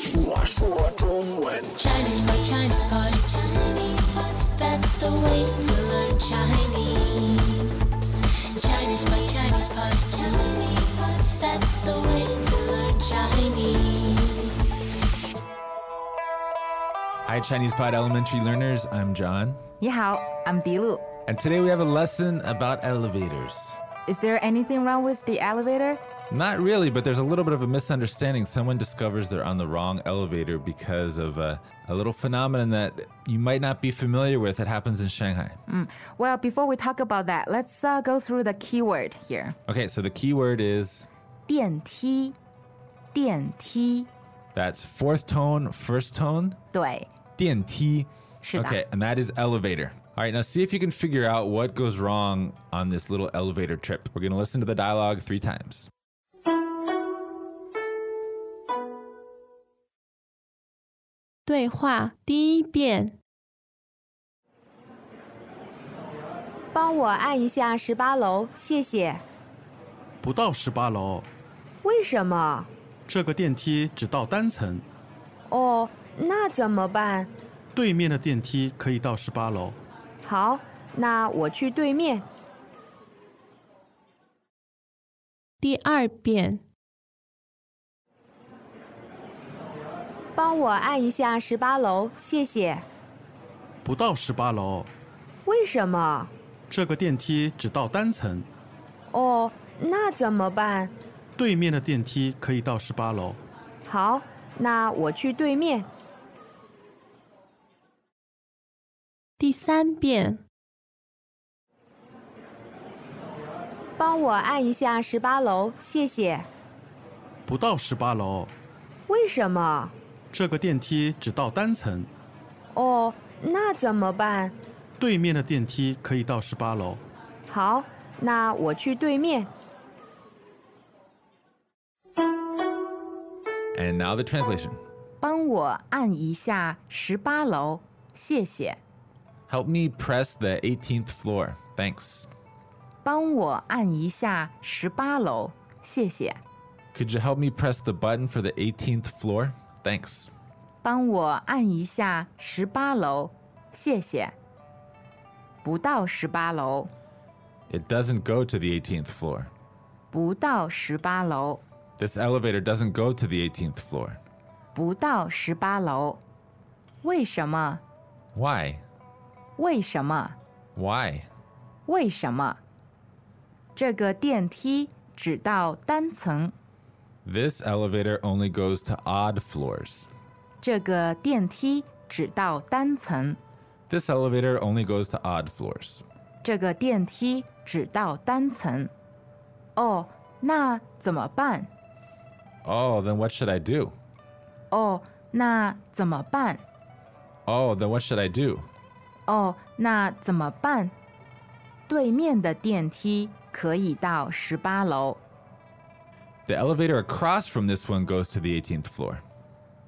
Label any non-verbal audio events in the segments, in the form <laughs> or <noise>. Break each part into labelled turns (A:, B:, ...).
A: 说中文。
B: Chinese pot, Chinese pot, Chinese pot. That's the way to learn Chinese. Chinese pot, Chinese pot, Chinese pot. That's the way to learn Chinese.
C: Hi, Chinese Pod Elementary Learners. I'm John.
D: 你好，I'm Dilu.
C: And today we have a lesson about elevators.
D: Is there anything wrong with the elevator?
C: Not really, but there's a little bit of a misunderstanding. Someone discovers they're on the wrong elevator because of a, a little phenomenon that you might not be familiar with that happens in Shanghai.
D: Well, before we talk about that, let's uh, go through the keyword here.
C: Okay, so the key word is
D: 电梯，电梯，
C: that's fourth tone, first tone,
D: 对，
C: 电梯.
D: 是的。
C: Okay, and that is elevator. All right, now see if you can figure out what goes wrong on this little elevator trip. We're going to listen to the dialogue three times.
E: 对话第一遍，
F: 帮我按一下十八楼，谢谢。
G: 不到十八楼，
F: 为什么？
G: 这个电梯只到单层，
F: 哦，那怎么办？
G: 对面的电梯可以到十八楼。
F: 好，那我去对面。
E: 第二遍，
F: 帮我按一下十八楼，谢谢。
G: 不到十八楼，
F: 为什么？
G: 这个电梯只到单层，
F: 哦，那怎么办？
G: 对面的电梯可以到十八楼。
F: 好，那我去对面。
E: 第三遍，
F: 帮我按一下十八楼，谢谢。
G: 不到十八楼，
F: 为什么？
G: 这个电梯只到单层，
F: 哦，那怎么办？
G: 对面的电梯可以到十八楼。
F: 好，那我去对面。
C: And now the translation.
D: 帮我按一下十八楼，谢谢。
C: Help me press the 18th floor. Thanks.
D: 帮我按一下十八楼，谢谢。
C: Could you help me press the button for the 18th floor? Thanks.
D: 帮我按一下十八楼，谢谢。不到十八楼，
C: It doesn't go to the 18th floor.
D: 不到十八楼，
C: This elevator doesn't go to the 18th floor.
D: 不到十八楼。为什么？
C: Why?
D: 为什么？
C: Why?
D: 为什么？这个电梯只到单层，
C: This elevator only goes to odd floors.
D: 这个电梯只到单层，
C: This elevator only goes to odd floors.
D: 这个电梯只到单层。哦，那怎么办？
C: Oh, then what should I do?
D: 哦，那怎么办？
C: Oh, then what should I do?
D: 哦，那怎么办？对面的电梯可以到十八楼，
C: The elevator across from this one goes to the 18th floor.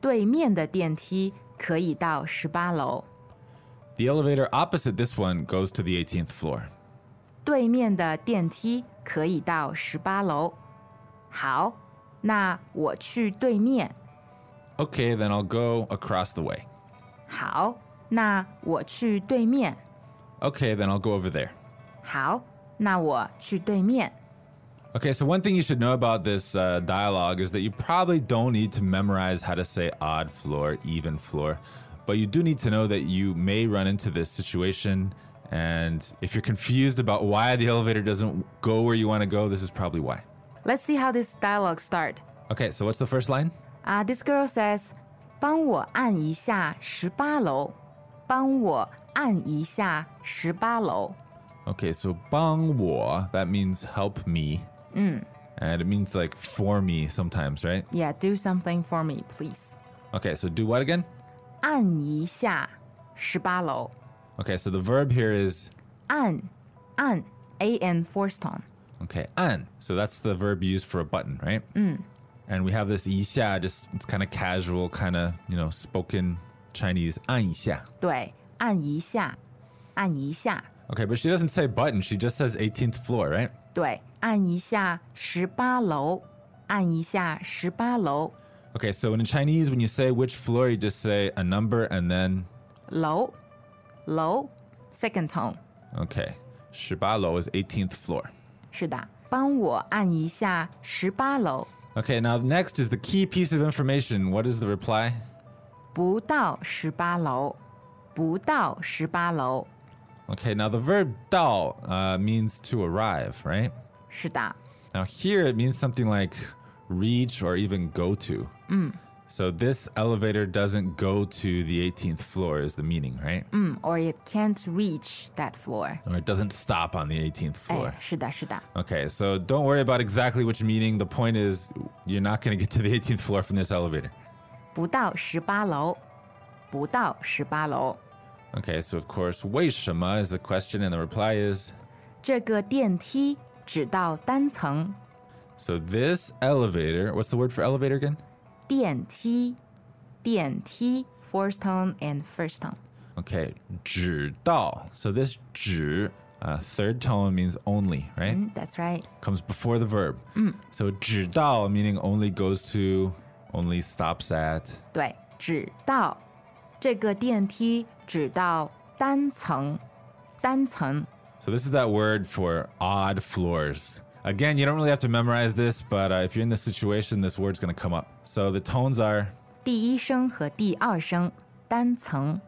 D: 对面的电梯可以到十八楼，
C: The elevator opposite this one goes to the 18th floor.
D: 对面的电梯可以到十八楼。好，那我去对面。
C: Okay, then I'll go across the way.
D: 好，那我去对面。
C: Okay, then I'll go over there.
D: 好，那我去对面。
C: Okay, so one thing you should know about this uh, dialogue is that you probably don't need to memorize how to say odd floor, even floor, but you do need to know that you may run into this situation. And if you're confused about why the elevator doesn't go where you want to go, this is probably why.
D: Let's see how this dialogue start.
C: Okay, so what's the first line?
D: Uh, this girl says, 帮我按一下十八楼，帮我按一下十八楼。
C: Okay, so bang wo, that means help me. And it means like for me sometimes, right?
D: Yeah, do something for me, please.
C: Okay, so do what again?
D: 按一下十八楼，
C: Okay, so the verb here is
D: 按按 a n fourth tone。
C: Okay, an. So that's the verb used for a button, right? And we have this 一下, just it's kind of casual, kind of, you know, spoken Chinese 按一下.
D: 对，按一下，按一下，
C: Okay, but she doesn't say button, she just says 18th floor, right?
D: 对，按一下十八楼，按一下十八楼。
C: Okay, so in Chinese, when you say which floor, you just say a number and then
D: 楼，楼，second tone，
C: okay. Shibalo is 18th floor.
D: 是的，帮我按一下十八楼，
C: Okay, now next is the key piece of information. What is the reply?
D: 不到十八楼，不到十八楼，
C: Okay, now the verb dao uh, means to arrive, right?
D: 是的，
C: Now here it means something like reach or even go to. So this elevator doesn't go to the 18th floor is the meaning, right?
D: 嗯，or it can't reach that floor，
C: Or it doesn't stop on the 18th
D: 哎
C: floor.，
D: 是的，是的，
C: Okay, so don't worry about exactly which meaning. The point is you're not going to get to the 18th floor from this elevator.
D: 不到十八楼，不到十八楼，
C: Okay, so of course, 为什么 is the question and the reply is
D: 这个电梯只到单层，
C: so this elevator, what's the word for elevator again?
D: 电梯，电梯，fourth tone and first tone，
C: Okay, 直到. So this 直, uh, third tone means only, right?
D: 嗯，that's right，
C: Comes before the verb. So 直到 meaning only goes to, only stops at.
D: 对，只到这个电梯只到单层，单层，
C: So this is that word for odd floors. Again, you don't really have to memorize this, but uh, if you're in this situation, this word's going to come up. So the tones are
D: 第一声和第二声单层，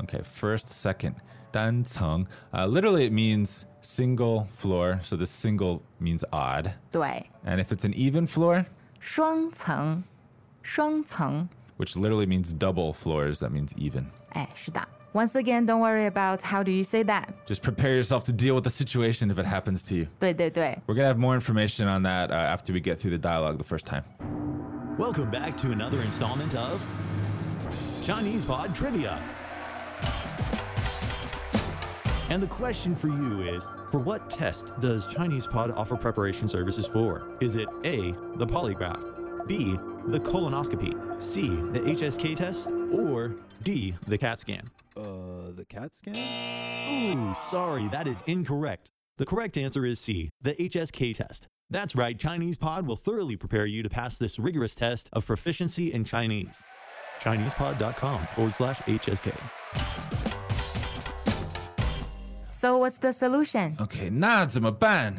C: Okay, first, second. Dan Ceng. Uh, literally, it means single floor. So the single means odd.
D: 对，
C: And if it's an even floor,
D: 双层，双层，
C: which literally means double floors, that means even.
D: 哎，是的。Once again, don't worry about how do you say that。
C: Just prepare yourself to deal with the situation if it happens to you.
D: 对对对，
C: We're going to have more information on that uh, after we get through the dialogue the first time.
A: Welcome back to another installment of Chinese Pod Trivia. And the question for you is For what test does Chinese Pod offer preparation services for? Is it A, the polygraph, B, the colonoscopy, C, the HSK test, or D, the CAT scan?
H: Uh, the cat scan?
A: Ooh, sorry, that is incorrect. The correct answer is C, the HSK test. That's right, Chinese Pod will thoroughly prepare you to pass this rigorous test of proficiency in Chinese. ChinesePod.com forward slash HSK.
D: So what's the solution？
C: Okay, 那怎么办?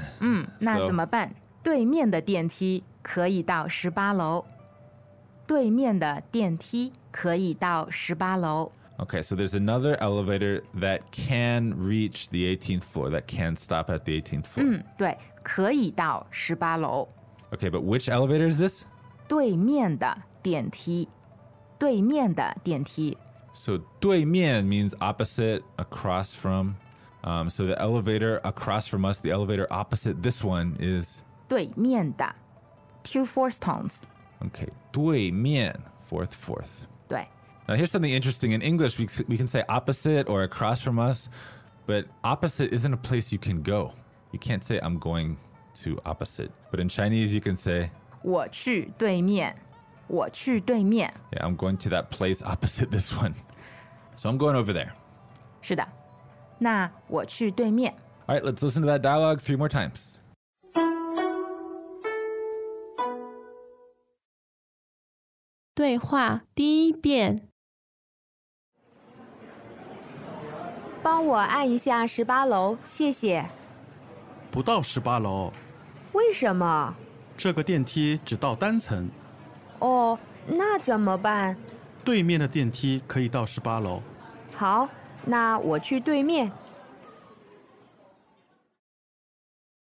D: 那
C: So-
D: 怎么办？对面的电梯可以到十八楼，对面的电梯可以到十八楼，
C: Okay, so there's another elevator that can reach the 18th floor, that can stop at the 18th floor.
D: 对，可以到十八楼。
C: Okay, but which elevator is this?
D: 对面的电梯，对面的电梯，
C: So 对面 means opposite, across from. Um, so the elevator across from us, the elevator opposite this one is
D: 对面的，two four stones。
C: okay. 对面 fourth fourth.
D: 对，
C: Now here's something interesting in English. We c- we can say opposite or across from us, but opposite isn't a place you can go. You can't say I'm going to opposite. But in Chinese, you can say
D: 我去对面，我去对面。
C: yeah, I'm going to that place opposite this one. So I'm going over there.
D: 是的，那我去对面。
C: All right, let's listen to that dialogue three more times.
E: 对话第一遍，
F: 帮我按一下十八楼，谢谢。
G: 不到十八楼，
F: 为什么？
G: 这个电梯只到单层，
F: 哦，那怎么办？
G: 对面的电梯可以到十八楼。
F: 好，那我去对面。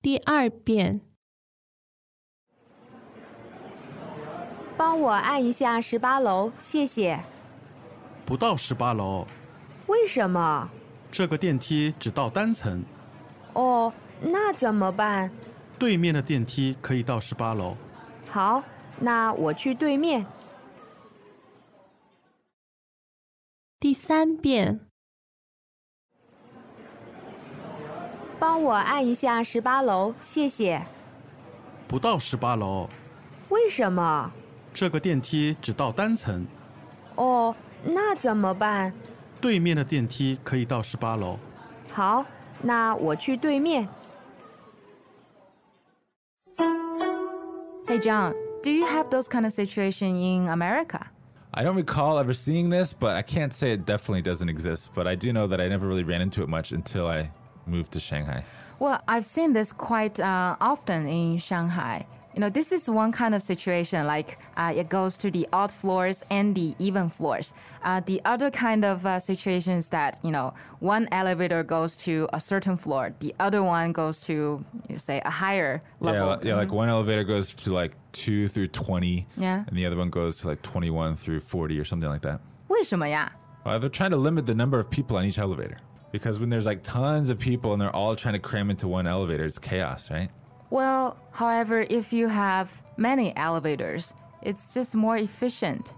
E: 第二遍，
F: 帮我按一下十八楼，谢谢。
G: 不到十八楼，
F: 为什么？
G: 这个电梯只到单层，
F: 哦，那怎么办？
G: 对面的电梯可以到十八楼。
F: 好，那我去对面。
E: 第三遍，
F: 帮我按一下十八楼，谢谢。
G: 不到十八楼，
F: 为什么？
G: 这个电梯只到单层，
F: 哦，那怎么办？
G: 对面的电梯可以到十八楼。
F: 好，那我去对面。
D: Hey John, Do you have those kind of situation in America?
C: I don't recall ever seeing this, but I can't say it definitely doesn't exist. But I do know that I never really ran into it much until I moved to Shanghai.
D: Well, I've seen this quite uh, often in Shanghai. You know, this is one kind of situation, like uh, it goes to the odd floors and the even floors. Uh, the other kind of uh, situation is that, you know, one elevator goes to a certain floor, the other one goes to, you say, a higher level.
C: Yeah, li- yeah, like one elevator goes to like two through twenty,
D: Yeah.
C: and the other one goes to like twenty-one through forty or something like that.
D: 为什么呀？
C: Uh, they're trying to limit the number of people on each elevator because when there's like tons of people and they're all trying to cram into one elevator, it's chaos, right?
D: Well, however, if you have many elevators, it's just more efficient.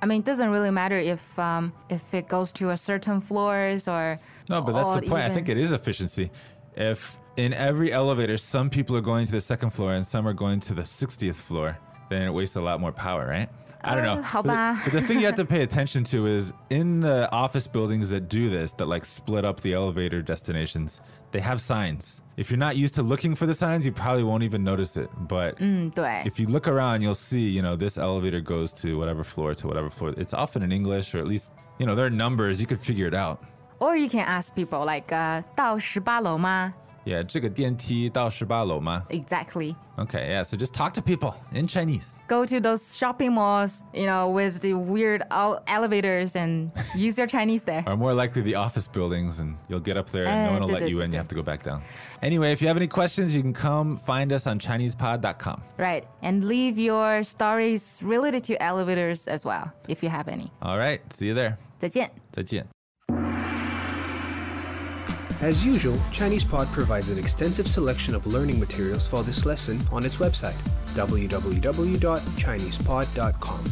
D: I mean, it doesn't really matter if um, if it goes to a certain floors or
C: No, but that's
D: or
C: the point. I think
D: even-
C: it is efficiency. If in every elevator some people are going to the second floor and some are going to the 60th floor, then it wastes a lot more power, right? I don't know.
D: Uh, how
C: But the-
D: ba-
C: But, the thing you have
D: <laughs>
C: to pay attention to is in the office buildings that do this, that like split up the elevator destinations, they have signs. If you're not used to looking for the signs, you probably won't even notice it. But
D: 嗯，对。
C: if you look around, you'll see, you know, this elevator goes to whatever floor to whatever floor. It's often in English, or at least, you know, there are numbers. You could figure it out.
D: Or you can ask people like, uh, 到十八楼吗?
C: Yeah, 这个电梯到十八楼吗?
D: Exactly.
C: Okay, yeah, so just talk to people in Chinese.
D: Go to those shopping malls, you know, with the weird el- elevators and
C: <laughs>
D: use your Chinese there.
C: Or more likely the office buildings, and you'll get up there and no
D: Eh,
C: one will let you in. You have to
D: 对，对，对，对。
C: go back down. Anyway, if you have any questions, you can come find us on ChinesePod.com.
D: Right. And leave your stories related to elevators as well, if you have any.
C: All right, see you there.
D: 再见.
C: 再见.
I: As usual, ChinesePod provides an extensive selection of learning materials for this lesson on its website, www.chinesepod.com.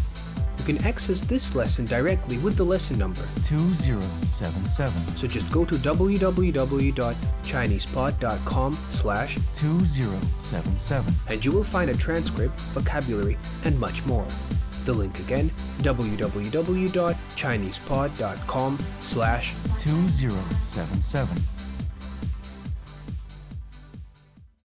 I: You can access this lesson directly with the lesson number,
J: 2077
I: so just go to www.chinesepod.com slash
J: 2077
I: and you will find a transcript, vocabulary, and much more. The link again, www.chinesepod.com slash
J: 2077